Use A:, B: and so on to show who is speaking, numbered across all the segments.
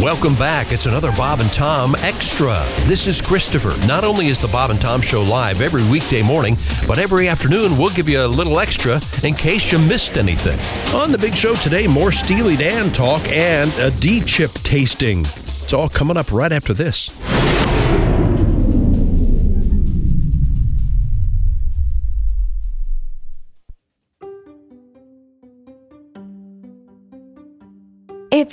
A: Welcome back. It's another Bob and Tom Extra. This is Christopher. Not only is the Bob and Tom Show live every weekday morning, but every afternoon we'll give you a little extra in case you missed anything. On the big show today, more Steely Dan talk and a D chip tasting. It's all coming up right after this.
B: If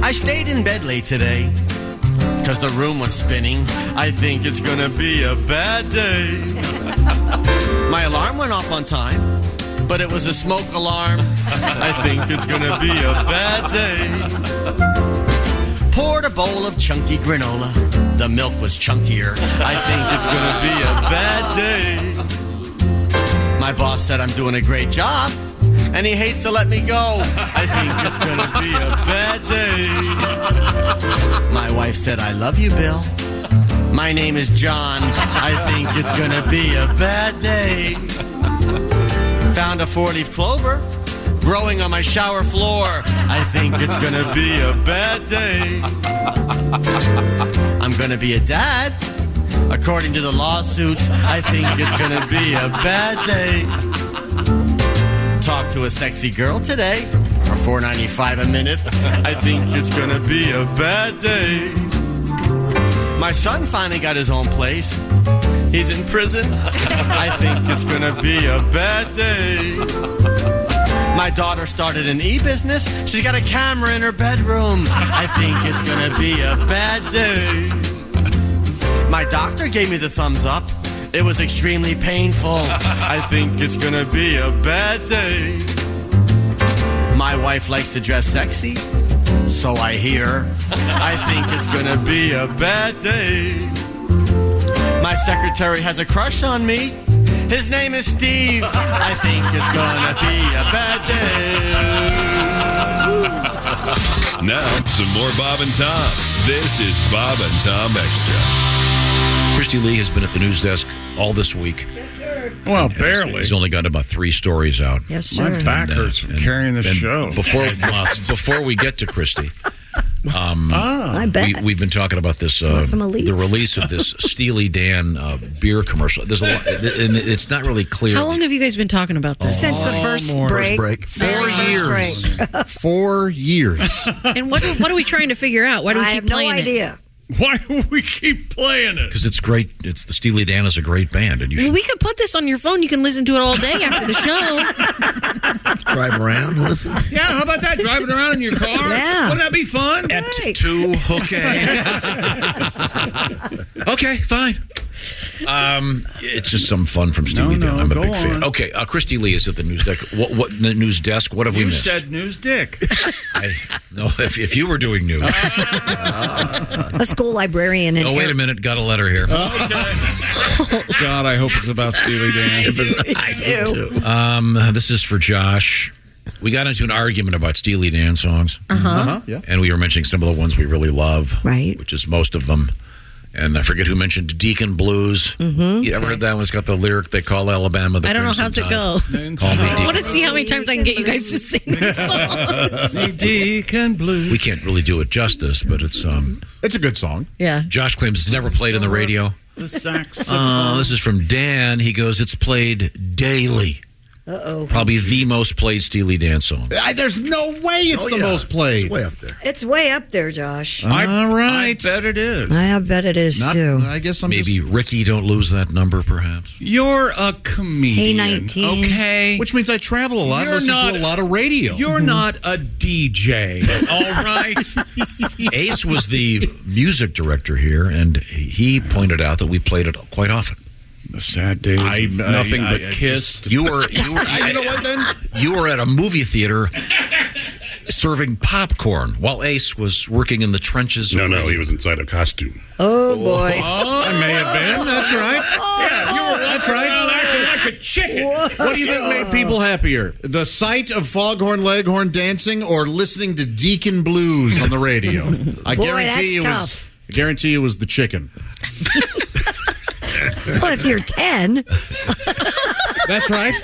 C: I stayed in bed late today because the room was spinning. I think it's gonna be a bad day. My alarm went off on time, but it was a smoke alarm. I think it's gonna be a bad day. Poured a bowl of chunky granola. The milk was chunkier. I think it's gonna be a bad day. My boss said I'm doing a great job and he hates to let me go. I think it's gonna be a bad day. My wife said, I love you, Bill. My name is John. I think it's gonna be a bad day. Found a four leaf clover growing on my shower floor. I think it's gonna be a bad day. I'm gonna be a dad. According to the lawsuit, I think it's gonna be a bad day talk to a sexy girl today for 4.95 a minute. I think it's gonna be a bad day. My son finally got his own place. He's in prison. I think it's gonna be a bad day. My daughter started an e-business. She's got a camera in her bedroom. I think it's gonna be a bad day. My doctor gave me the thumbs up. It was extremely painful. I think it's gonna be a bad day. My wife likes to dress sexy, so I hear. I think it's gonna be a bad day. My secretary has a crush on me. His name is Steve. I think it's gonna be a bad day.
D: Now, some more Bob and Tom. This is Bob and Tom Extra.
E: Christy Lee has been at the news desk all this week. Yes,
F: sir. Well, and, and barely.
E: He's only got about three stories out.
G: Yes, sir.
F: My back and, hurts uh, from carrying the show.
E: Before uh, before we get to Christy, um,
G: ah, I bet
E: we, have been talking about this uh, the release of this Steely Dan uh, beer commercial. There's a lot, and it's not really clear.
G: How long have you guys been talking about this?
H: Oh, Since the first break. first break.
I: Four years. Break. Four years.
G: and what what are we trying to figure out? Why do we
H: I
G: keep playing
H: no idea.
G: It?
F: Why do we keep playing it?
E: Because it's great. It's the Steely Dan is a great band, and you. Should...
G: We could put this on your phone. You can listen to it all day after the show.
I: drive around. Listen.
F: Yeah, how about that? Driving around in your car?
H: Yeah.
F: Wouldn't that be fun?
E: At two okay. okay, fine. Um, it's just some fun from Steely
F: No,
E: Dan.
F: no,
E: I'm a
F: go
E: big fan.
F: on.
E: Okay, uh, Christy Lee is at the news desk. What, what the news desk? What have we
F: You
E: missed?
F: said news dick.
E: I, no, if, if you were doing news.
F: Uh,
H: a school librarian. In
E: oh, wait a minute. Got a letter here.
F: Uh-huh. God, I hope it's about Steely Dan.
E: Um, this is for Josh. We got into an argument about Steely Dan songs. Uh-huh.
I: yeah.
E: And we were mentioning some of the ones we really love.
H: Right.
E: Which is most of them. And I forget who mentioned Deacon Blues. Mm-hmm. You ever heard that one? It's got the lyric, they call Alabama the
G: I don't know how
E: Crimson Tide."
G: to go.
E: Call me
G: I
E: Deacon.
G: want to see how many times I can get you guys to sing this song.
F: Deacon Blue.
E: We can't really do it justice, but it's um.
I: It's a good song.
G: yeah.
E: Josh claims it's never played on the radio.
F: The sax.
E: Uh, this is from Dan. He goes, "It's played daily. Uh oh. Probably the most played Steely Dan song.
I: I, there's no way it's
J: Oh,
I: the most played.
J: It's way up there.
H: It's way up there, Josh.
F: All right. I bet it is.
H: I bet it is
I: Not,
H: too.
I: I guess I'm
E: Maybe
I: just-
E: Ricky, don't lose that number, perhaps.
F: You're a comedian.
H: Hey, 19.
F: Okay.
I: which means I travel a lot,
F: You're
I: listen
F: not-
I: to a lot of radio.
F: You're not a DJ. All right.
E: Ace was the music director here, and he pointed out that we played it quite often.
F: the sad days. I,
I: of
F: nothing
I: I-
F: but
I: I- I
F: kiss.
E: You were you were
I: I- you know what then?
E: you were at a movie theater serving popcorn while Ace was working in the trenches.
J: No, no, he was inside a costume.
H: oh boy.
I: I may have been. That's right.
F: yeah, you were
I: That's right.
F: acting like a chicken.
I: What do you think made people happier? The sight of Foghorn Leghorn dancing or listening to Deacon Blues on the radio? I
H: Boy,
I: guarantee you it
H: that's
I: was. I guarantee you it was the chicken.
H: Well, if you're ten,
I: That's right.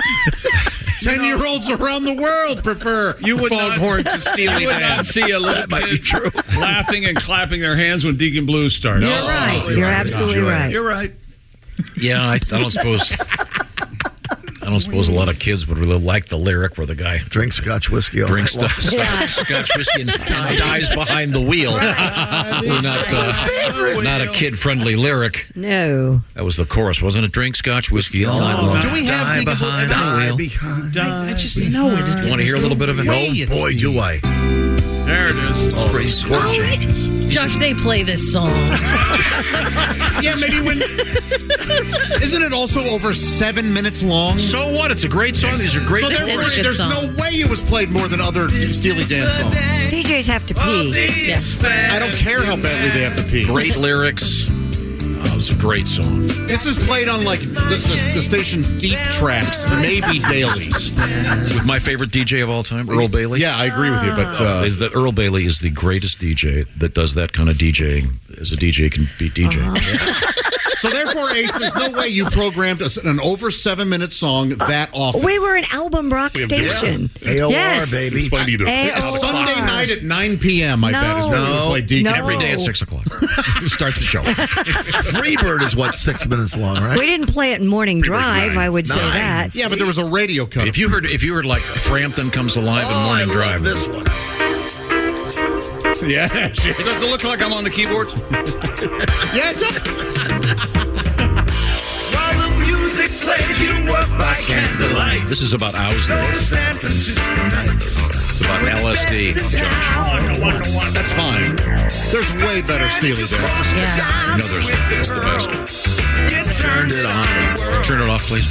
I: Ten year olds around the world prefer
F: You would not-
I: Foghorn to Steely
F: You would
I: Dan.
F: not see a little kid laughing and clapping their hands when Deacon Blue starts.
I: Oh,
H: you're right. You're absolutely right.
F: You're right.
E: Yeah, I, I don't suppose. I don't suppose a lot of kids would really like the lyric where the guy
J: Drink scotch whiskey. all
E: drinks
J: night long.
E: the Scotch whiskey and, and dies behind the wheel. We're not uh, not a kid friendly lyric.
H: No.
E: That was the chorus, wasn't it? Drink Scotch whiskey all night long.
I: Do we have
E: die
I: Deacon Blue-
E: behind
J: Die
E: the wheel?
J: behind.
I: I just no. I just
E: Want to hear a little bit of it?
I: Way
E: No.
I: it's
J: Boy,
I: the-
J: do I.
F: There it is.
J: All these chord changes.
G: Josh, they play this song.
I: Yeah, maybe when. Isn't it also over seven minutes long?
E: So what? It's a great song. These are great.
I: So
G: This is a
I: therefore,
G: good
I: there's
G: song.
I: no way it was played more than other Steely Dan songs.
H: DJs have to pee.
I: I don't care how badly they have to pee.
E: great lyrics. Oh, it's a great song.
I: This is played on like the, the, the station deep tracks, maybe daily.
E: With my favorite DJ of all time, Earl Bailey.
I: Yeah, I agree with you, but uh,
E: Is that Earl Bailey is the greatest DJ that does that kind of DJing as a DJ can be DJ.
I: so therefore, Ace, there's no way you programmed us an over seven minute song that often.
H: We were an album rock station.
J: AOR,
H: yes.
J: baby. Plenty to-
H: AOR.
I: Sunday night at 9 p.m. I bet is when
H: No.
I: we play Deacon.
H: No.
E: Every day at six o'clock. Start the show.
J: Freebird is what six minutes long, right?
H: We didn't play it in Morning Drive.
J: nine.
H: I would say
J: Nine.
H: that.
I: Yeah, but there was a radio cut.
E: If you heard, if you heard like Frampton comes alive in
J: Oh,
E: Morning
J: I
E: Drive,
J: love this one.
I: yeah,
F: Does it look like I'm on the keyboards?
I: yeah. it does.
J: While the music plays, you work by candlelight.
E: this is about Owsley.
J: San Francisco nights.
E: It's about LSD. Josh.
I: That's fine. There's way better Steely Dan.
J: Yeah.
E: No, there's it's the best.
J: Turned it on.
E: Turn it off, please.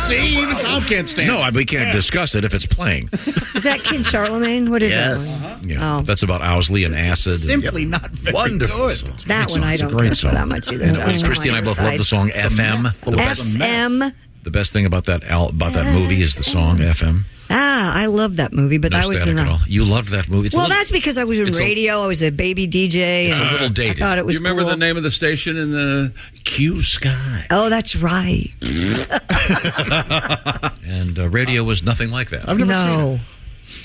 I: See, even Tom can't stand.
E: No, I- we can't discuss it if it's playing.
H: Is that King Charlemagne? What is
J: Yes.
H: that one?
E: Yeah,
H: Oh.
E: that's about Owsley and acid. and-
I: Simply not very
J: Wonderful.
I: good.
J: song.
H: That one I
E: It's a
H: don't
E: great
H: care
E: song.
H: for that much either.
E: And
H: That
E: when
H: one's on
E: Christy and I
H: my
E: both love the
H: side.
E: song FM. The best,
H: FM.
E: the best thing about that al- about that movie is the song FM.
H: Ah, I love that movie, but
E: No
H: I was
E: static
H: in
E: at
H: a,
E: all. You loved that movie. It's a
H: Well,
E: little-
H: that's because I was in
E: it's a-
H: radio. I was a baby DJ.
E: It's a
H: and
E: little dated.
H: I thought it was
F: you remember
H: cool.
F: the name of the station in the Q Sky?
H: Oh, that's right.
E: and uh, radio was nothing like that.
H: no.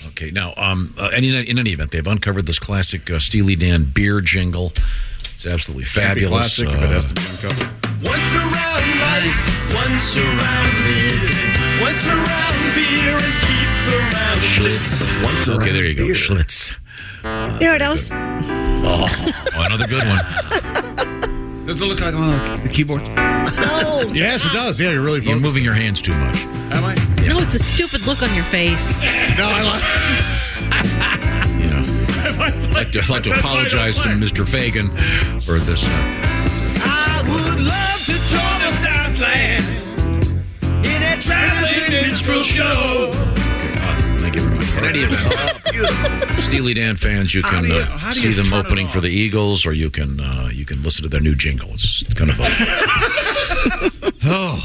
E: Okay, now, um, uh, and in, in any event, they've uncovered this classic uh, Steely Dan beer jingle. It's absolutely
I: Can't be
E: fabulous.
I: classic if it
E: Uh,
I: has to be uncovered.
C: Once around life, once around living, once around beer and keep around Schlitz.
J: Once
E: okay,
J: around
E: there you go.
J: here.
E: Schlitz.
H: You know what else?
E: Oh, another good one.
F: Does it look like I'm on the keyboards?
I: Yes, it does. Yeah, you're really
E: You're
I: focused.
E: moving your hands too much.
F: Am I?
G: Uh-huh. No, it's a stupid look on your face.
I: no, I
E: I'd like to, I'd like to apologize to Mr. Fagan for this. Uh,
J: I would love to tour the Southland in a traveling minstrel show.
E: thank you very much. In any event, Steely Dan fans, you can uh,
J: Oh, how do you
E: see them
J: turn it
E: opening for the Eagles, or you can uh, you can listen to their new jingle. It's kind of a. oh,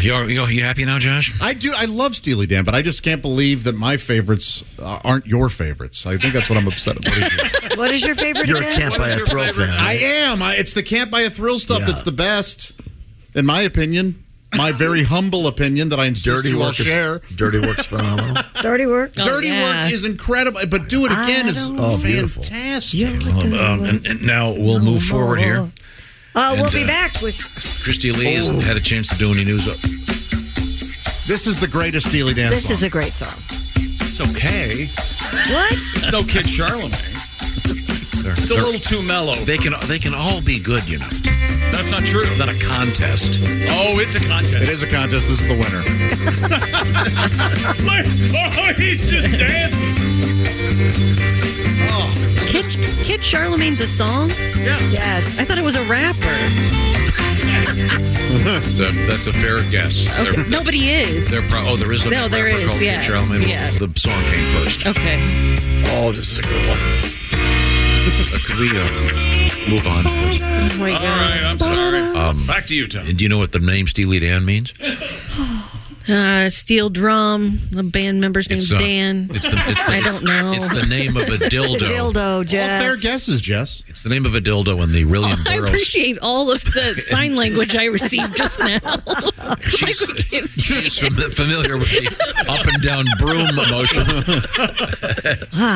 E: you're, you you happy now, Josh?
I: I do. I love Steely Dan, but I just can't believe that my favorites uh, aren't your favorites. I think that's what I'm upset about.
H: What is your favorite? again?
I: I am. I, it's the Camp by a Thrill stuff that's the best, in my opinion. My very humble opinion that I insist
K: Dirty
I: you all
K: Work is-
I: share.
K: Dirty Work's phenomenal.
H: Dirty work.
I: Dirty Work is incredible, but Do It Again is
K: Oh, beautiful.
I: fantastic.
E: Um, um, and, and now we'll move forward here.
H: Uh, we'll
E: And,
H: be
E: uh,
H: back with.
E: Christy Lee
J: Oh.
E: hasn't had a chance to do any news. Up.
I: This is the greatest Steely Dan
H: This
I: song.
H: is a great song.
F: It's okay.
H: What?
F: It's no Kid Charlemagne. It's a
E: They're-
F: little too mellow.
E: They can they can all be good, you know.
F: That's not true.
E: It's not a contest.
F: Oh, it's a contest.
I: It is a contest. This is the winner.
F: Look, oh, he's just dancing.
G: Kid, Kid Charlemagne's a song?
F: Yeah.
H: Yes.
G: I thought it was a rapper.
E: That- that's a fair guess. They're-
G: Nobody is.
E: they're pro- oh, there is a
G: No, there
E: rapper
G: is,
E: called
G: yeah.
E: Kid Charlemagne.
G: Yeah.
E: The song came first.
G: Okay.
K: Oh, this is a good one.
E: Uh, could we uh, move on? please?
G: Oh my
F: All right, I'm sorry.
E: Um,
F: Back to you, Tom.
E: and do you know what the name Steely Dan means?
G: Uh, steel drum. The band member's name's
E: uh,
G: Dan.
E: It's the, it's the,
G: I
E: it's-
G: don't know.
E: It's the name of a
H: It's a
E: dildo.
H: dildo,
I: All fair
H: Jess.
I: guesses, Jess.
E: It's the name of a dildo in the William
G: Oh, I
E: Burroughs.
G: appreciate all of the sign language I received just now.
E: She's,
G: Like, we can't see
E: she's
G: it.
E: fam- familiar with the up and down broom motion.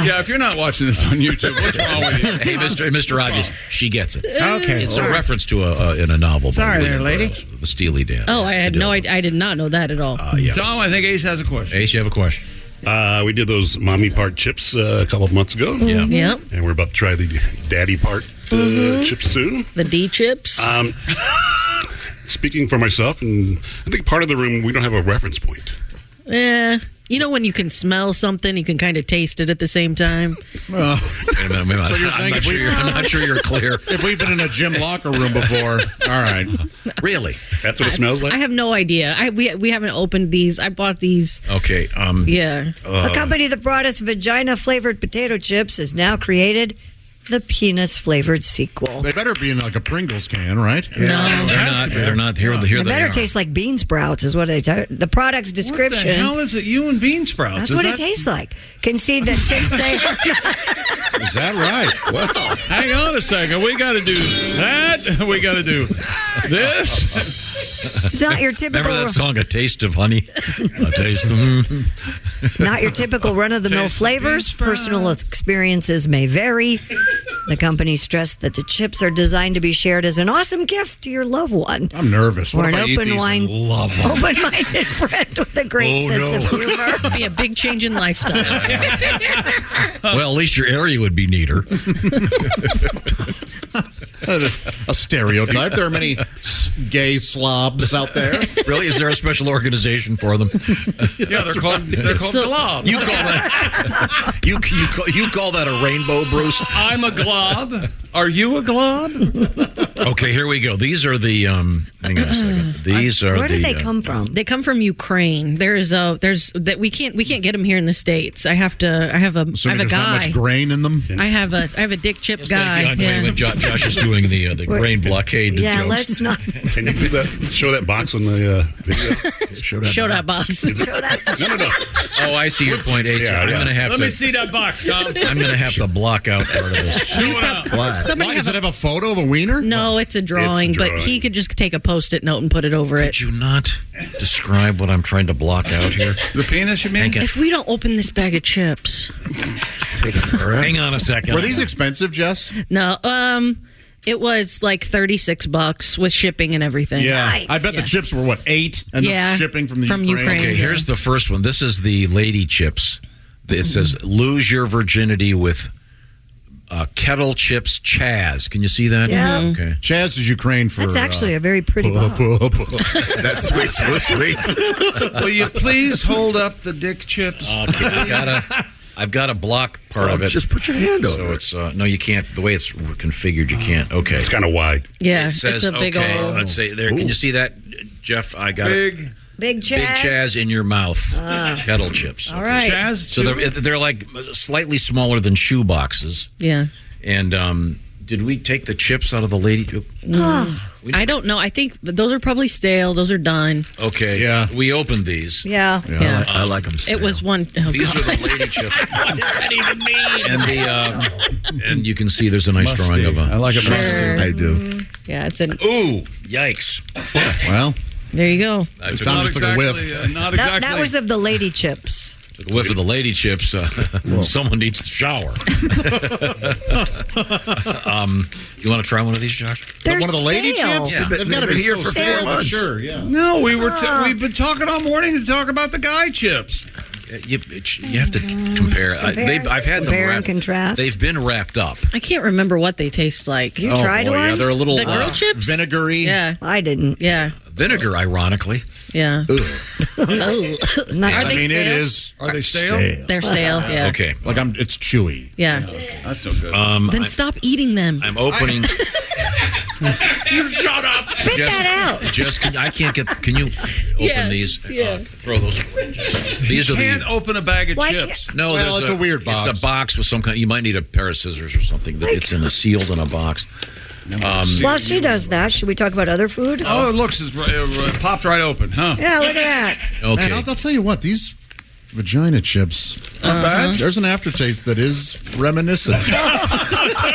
F: Yeah, if you're not watching this on YouTube, what's wrong with you?
E: Hey, Mr. Mr. Obvious, she gets it.
L: Okay.
E: It's a reference to a, uh, in a novel. by
L: Sorry there,
E: William
L: lady.
E: Burroughs, the Steely Dan.
G: Oh, I
E: It's a
G: had no
E: dildo.
G: idea. I did not know that at all.
E: Uh,
F: Tom, I think Ace has a question.
E: Ace, you have a question?
L: Uh, we did those mommy part chips uh, a couple of months ago. Yeah.
G: Yep.
L: And we're about to try the daddy part uh,
I: Mm-hmm.
L: chips soon.
G: The D chips.
E: Uh,
L: Um, speaking for myself, and I think part of the room, we don't have a reference point.
G: Eh, you know when you can smell something, you can kind of taste it at the same time.
E: Wait a minute, wait a minute.
I: So you're
E: I'm,
I: saying
E: not
I: if
E: sure
I: we-
E: you're, I'm not sure you're clear.
I: If we've been in a gym locker room before, all right.
E: Really?
L: That's what it smells like.
G: I have no idea. I we we haven't opened these. I bought these.
E: Okay. Um,
G: Yeah.
H: The company that brought us vagina flavored potato chips has now created the penis flavored sequel.
I: They better be in like a Pringles can, right?
G: No.
E: They're not. They're not here. Here
H: They
E: they
H: better
E: are.
H: taste like bean sprouts, is what they tell. The product's
F: What the
H: description.
F: hell is it? You and bean sprouts?
H: That's
F: Is
H: what
F: that-
H: it tastes like. Concede that since they
I: Is that right? Wow.
F: Hang on a second. We got to do that. We got to do this.
H: it's not your typical
E: Remember that song, "A Taste of Honey"? a taste. Of, mm.
H: not your typical run of the mill
F: Taste of
H: flavors.
F: bean sprouts.
H: Personal experiences may vary. The company stressed that the chips are designed to be shared as an awesome gift to your loved one.
I: I'm nervous. What
H: Or
I: if
H: an
I: I eat
H: open
I: these
H: wine-
I: and love them?
H: Open-minded friend with a great
I: Oh,
H: sense
I: no.
H: of humor.
G: It'd be a big change in lifestyle.
E: well, at least your area would be neater.
I: a stereotype. There are many s- gay slobs out there.
E: really? Is there a special organization for them?
F: Yeah, they're called they're called
G: So-
F: globs.
E: You call that? You you call, you call that a rainbow, Bruce?
F: I'm a glob. Are you a glob?
E: Okay, here we go. These are the. Um, hang on a second. These are.
H: Where
E: the,
H: did they
E: uh,
H: come from?
G: they come from Ukraine. There's a there's that we can't we can't get them here in the states. I have to. I have a. I
I: Assuming
G: have a
I: there's not
G: guy.
I: much grain in them.
G: I have a I have a dick chip
E: Yes,
G: guy.
E: Thank you. I'm
G: Yeah.
E: when Jo- Josh is doing the uh, the
H: Wait.
E: grain blockade
H: Yeah,
E: jokes.
H: let's not
L: Can you do that, show that box on the uh, video?
E: Show that
G: Show
E: box.
G: that box.
H: show that.
E: No, no, no. Oh, I see your point, AJ.
L: Yeah,
E: I'm
L: yeah.
E: going to have
F: Let
E: to.
F: me see that box, Tom.
E: I'm going to have to block out part of this.
F: Show it up.
G: Somebody
I: Why,
G: have
I: does
G: a-
I: it have a photo of a wiener?
G: No, it's a drawing, but
L: drawing.
G: he could just take a post-it note and put it over it.
E: Could you not describe what I'm trying to block out here?
F: The penis, you mean?
E: Thank you.
G: If we don't open this bag of chips,
K: Take it forever.
E: Hang on a second.
I: Were these expensive, Jess?
G: no, um, it was like thirty-six bucks with shipping and everything.
H: Nice.
I: I bet the chips were what eight, and
G: Yeah.
I: the shipping from the
G: From
I: Ukraine.
G: Ukraine.
E: okay, here's the first one. Hmm. This is the lady chips. It says lose your virginity with uh, kettle chips Chaz. Can you see that?
H: Yeah. Mhm.
E: Okay.
I: Chaz is Ukraine for. uh,
H: That's actually a very pretty bottle.
K: That's which which week?
F: Will you please hold up the dick chips?
E: Okay, I gotta, I've got to block part of it. Just put your hand over. So it's uh, no, you can't. The way it's configured, you can't. Okay, it's
L: kind of wide.
G: Yeah,
E: it says
G: it's a big
E: okay.
G: old-
E: Let's say there.
G: Ooh.
E: Can you see that, Jeff? I got it.
F: Big.
H: Big Chaz.
E: Big Chaz in your mouth.
H: Ah.
E: Kettle chips.
H: All right. Chaz
E: so they're they're like slightly smaller than shoe boxes.
G: Yeah.
E: And um, did we take the chips out of the lady?
G: I don't know. I think those are probably stale. Those are done.
E: Okay. Yeah. We opened these.
G: Yeah. Yeah.
E: I like them.
G: It was one. oh,
E: These are
G: God.
E: the lady chips. what does that even mean? And the um, and you can see there's a nice drawing of a. I like
G: it musty. I
E: do.
G: yeah, it's an.
E: Ooh, yikes!
I: Well,
G: there you go.
E: I took, Tom just took a whiff.
H: That, that was of the lady chips.
E: Took a whiff of the lady chips. Uh, someone needs to shower. um, you want to try one of these, Josh?
H: They're
I: one of the lady
H: stale.
I: chips.
E: Yeah.
I: They've got to be
E: They've been here
I: so
E: for four
I: stale.
E: months.
I: Sure, yeah.
F: No, we were. T-
I: Ah.
F: we've been talking all morning to talk about the guy chips.
E: Uh, You, you have to compare. I, they, I've had them
G: Compare and
E: wrapped-
G: contrast.
E: They've been wrapped up.
G: I can't remember what they taste like.
E: You Oh, tried boy, one? yeah, they're a little,
G: the
E: uh,
G: grilled chips,
I: vinegary.
G: Yeah,
H: I didn't.
G: Yeah,
E: Vinegar, ironically.
G: yeah. Oh.
H: Not-
G: Are
I: I
G: they
I: mean, it
G: stale?
I: is.
F: Are they stale?
G: They're stale, yeah.
E: Okay.
I: Like I'm. It's chewy.
G: Yeah.
F: That's so good.
E: Um,
G: Then
E: I'm-
G: stop eating them.
E: I'm opening.
F: you shut up.
G: Spit that out.
E: Jess, can, I can't get. Can you open
G: Yeah,
E: these? Uh,
G: yeah.
E: throw those. These
F: you
E: are
F: can't
E: the.
F: open a bag of
E: Why can't-
F: chips.
E: No,
F: well,
E: there's
F: it's a, weird box.
E: It's a box with some kind. You might need a pair of scissors or something. That it's in a sealed in a box. Um,
H: While she does that, should we talk about other food?
F: Oh, it looks it's, it popped right open, huh?
H: Yeah, look at that.
E: Okay.
I: Man, I'll, I'll tell you what. These vagina chips.
F: Not bad.
I: There's an aftertaste that is reminiscent.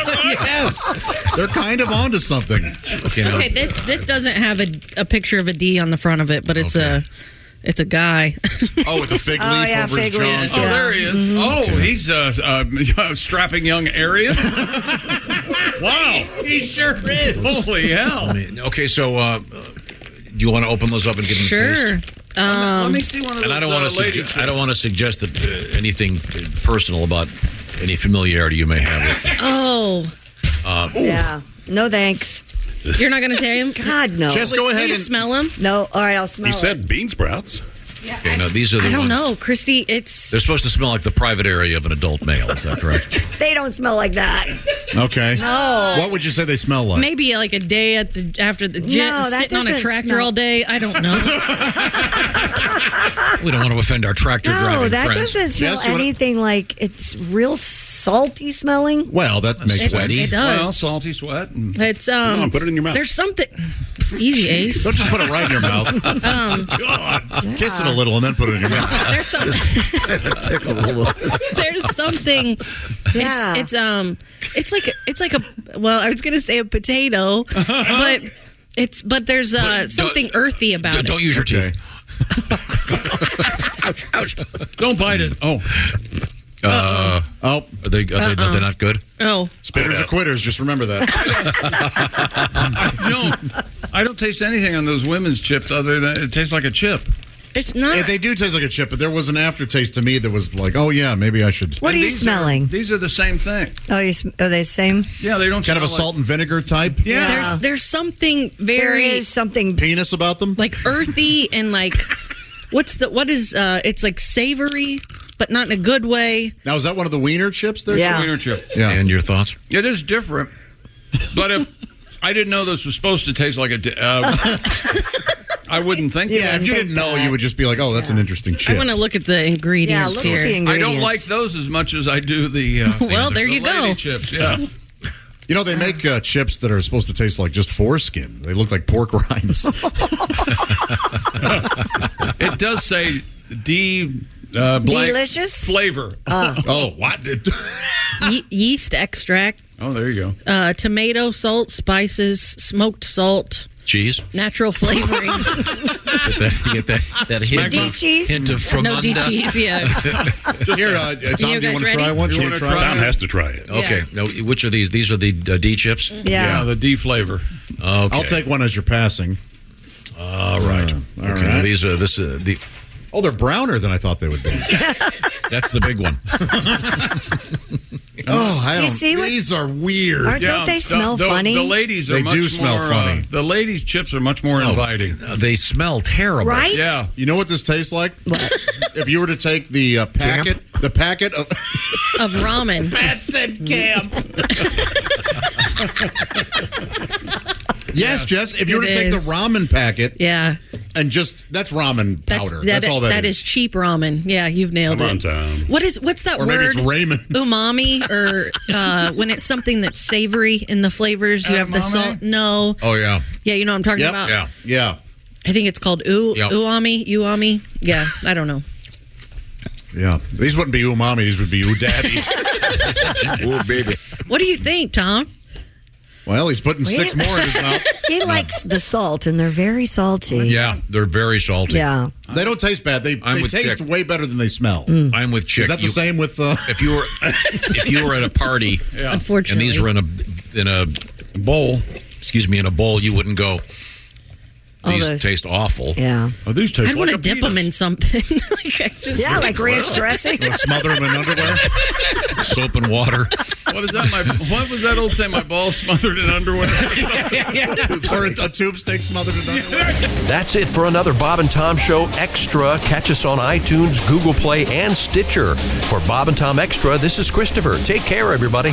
I: yes, they're kind of onto something.
E: Okay,
G: Okay, this this doesn't have a, a picture of a D on the front of it, but it's a it's a guy.
I: Oh, with a fig leaf
H: Oh, yeah,
I: over his
H: fig leaf.
I: jaw.
F: Oh, there he is. Oh, he's a uh, uh, strapping young Aryan. wow.
I: He sure is.
F: Holy hell.
E: I mean, okay, so uh, do you want to open those up and give them a taste?
G: sure. Um,
F: Let me see one of those.
E: And I don't
F: uh,
E: want to.
F: lady
E: I don't want to suggest that uh, anything personal about any familiarity you may have with. Them.
G: oh,
E: Um,
H: Yeah. No thanks.
G: you're not gonna say him?
H: God no.
I: Just go
G: Wait,
I: ahead
G: Do you
I: and-
G: smell him?
H: No. All right, I'll smell.
L: You
H: it.
L: said bean sprouts.
E: okay, no, these are the
G: I don't
E: ones.
G: know, Christy. It's
E: They're supposed to smell like the private area of an adult male. Is that correct?
H: they don't smell like that.
I: Okay.
G: No.
I: What would you say they smell like?
G: maybe like a day at the after the gym,
H: No, that
G: sitting on a
H: doesn't
G: tractor
H: smell-
G: all day. I don't know.
E: we don't want to offend our tractor
H: No,
E: driving
H: that
E: friends.
H: doesn't smell
I: Jess, you wanna-
H: anything like it's real salty smelling.
I: Well, that makes
G: It's-
I: sense.
G: it
F: Well,
G: does.
F: salty sweat. and-
G: It's um.
L: Come on, put it in your mouth.
G: There's something easy, Ace.
I: Don't just put it right in your mouth. Oh, Kiss it a little and then put it in your mouth.
G: There's something. There's something.
H: Yeah.
G: It's, it's um. It's like it's like a well. I was gonna say a potato, but it's but there's uh
E: But don't-
G: something earthy about
E: Don't-
G: it.
E: don't use your
I: Okay.
E: teeth.
F: Don't bite it. Oh,
E: Uh,
I: Oh,
E: are they? Are they, are they not good?
G: oh,
I: spitters are quitters. Just remember that.
F: no. I don't taste anything on those women's chips other than it tastes like a chip.
G: it's not.
I: Yeah, they do taste like a chip, but there was an aftertaste to me that was like, oh yeah, maybe I should.
H: What
F: And
H: are you
F: these
H: smelling?
F: these are the same thing.
H: oh, you sm- are they the same?
F: Yeah, they don't
I: Kind of a
F: smell
I: salt and vinegar type.
F: Like, yeah.
G: there's there's something
H: There
G: very
H: is something.
I: Penis about them.
G: like earthy and like what's the what is uh it's like savory but not in a good way.
I: Now is that one of the wiener chips? There.
H: Yeah.
F: Wiener chip.
I: Yeah.
E: And your thoughts?
F: It is different, but if I didn't know this was supposed to taste like a, di- uh, I wouldn't think.
I: yeah.
F: that.
I: If you didn't know, you would just be like, oh, that's an interesting
G: I
I: chip.
G: want to look at the
H: Yeah,
G: ingredients
H: look at the
G: here.
F: I
H: ingredients.
F: don't like those as much as I do the. Uh,
G: Well,
F: the
G: there you
F: lady
G: go.
F: Chips. Yeah.
I: You know, they make uh, chips that are supposed to taste like just foreskin. They look like pork rinds.
F: It does say D. Uh, blank
H: Delicious?
F: flavor.
I: oh, what?
G: Ye- yeast extract,
F: oh, there you go.
G: uh, tomato, salt, spices, smoked salt,
E: Cheese.
G: natural flavoring.
E: Get that. Get that. That hint.
H: D cheese?
E: Hint of from
G: no
E: under.
G: D cheese. Yeah,
I: Here, uh, Tom,
G: you
I: do you
G: guys
I: want to
G: ready?
I: try one?
F: You
I: Should we
F: wanna
I: try
F: try
I: one?
L: Tom has to try it.
E: Okay. Now, which are these? These are the uh, D chips. Okay.
H: Yeah.
F: Yeah, the D flavor.
I: I'll take one as you're passing.
E: All right.
I: Uh, all
E: okay. Now
I: right.
E: these are this. Uh, the
I: Oh, they're browner than I thought they would be.
E: that's the big one.
I: Oh, I
H: Do
I: don't.
H: you see what-
I: these are weird.
H: Aren't- don't they smell
F: the,
H: funny?
F: The ladies are
I: They
F: much
I: do smell
F: more,
I: funny. Oh.
F: Uh, the ladies' chips are much more inviting.
E: Uh, They smell terrible.
H: Right?
F: Yeah.
I: You know what this tastes like? if you were to take the uh, packet, the packet of
G: of ramen.
J: Pat said camp.
I: yes, Jess. If you were to
G: It
I: take the
G: is.
I: ramen packet,
G: yeah,
I: and just that's ramen powder. That's,
G: that-
I: all that,
G: that is. cheap ramen. Yeah, you've nailed
I: Come
G: it.
I: on, Tom.
G: What is what's that
I: Or
G: word?
I: maybe it's ramen.
G: Umami or uh, when it's something that's savory in the flavors. You have the salt. No.
E: Oh yeah.
G: Yeah, you know what I'm talking
E: Yep.
G: about.
E: Yeah.
I: Yeah.
G: I think it's called u
I: Yep.
G: uami uami. Yeah, I don't know.
I: Yeah, these wouldn't be umami. These would be udaddy. oh baby.
G: What do you think, Tom?
I: Well, he's putting six
H: Wait.
I: more in his mouth.
H: He likes the salt, and they're very salty.
E: Yeah, they're very salty.
H: Yeah.
I: They don't taste bad. They,
E: I'm
I: they
E: with
I: taste
E: Chick.
I: way better than they smell.
E: I'm with Chick.
I: Is that the
E: You-
I: same with uh,
E: If you were, if you were at a party,
G: Unfortunately.
E: and these were in a in a bowl, excuse me, in a bowl, you wouldn't go.
H: Oh,
E: These
H: those-
E: taste awful.
H: Yeah.
F: Oh, these
G: I'd want to dip them in something. like I just
H: Yeah, like ranch dressing.
I: smother them in underwear?
E: soap and water.
F: What is that? My what was that old saying? My ball smothered in underwear.
I: or a, a tube steak smothered in underwear?
A: That's it for another Bob and Tom Show Extra. Catch us on iTunes, Google Play, and Stitcher. For Bob and Tom Extra, this is Christopher. Take care, everybody.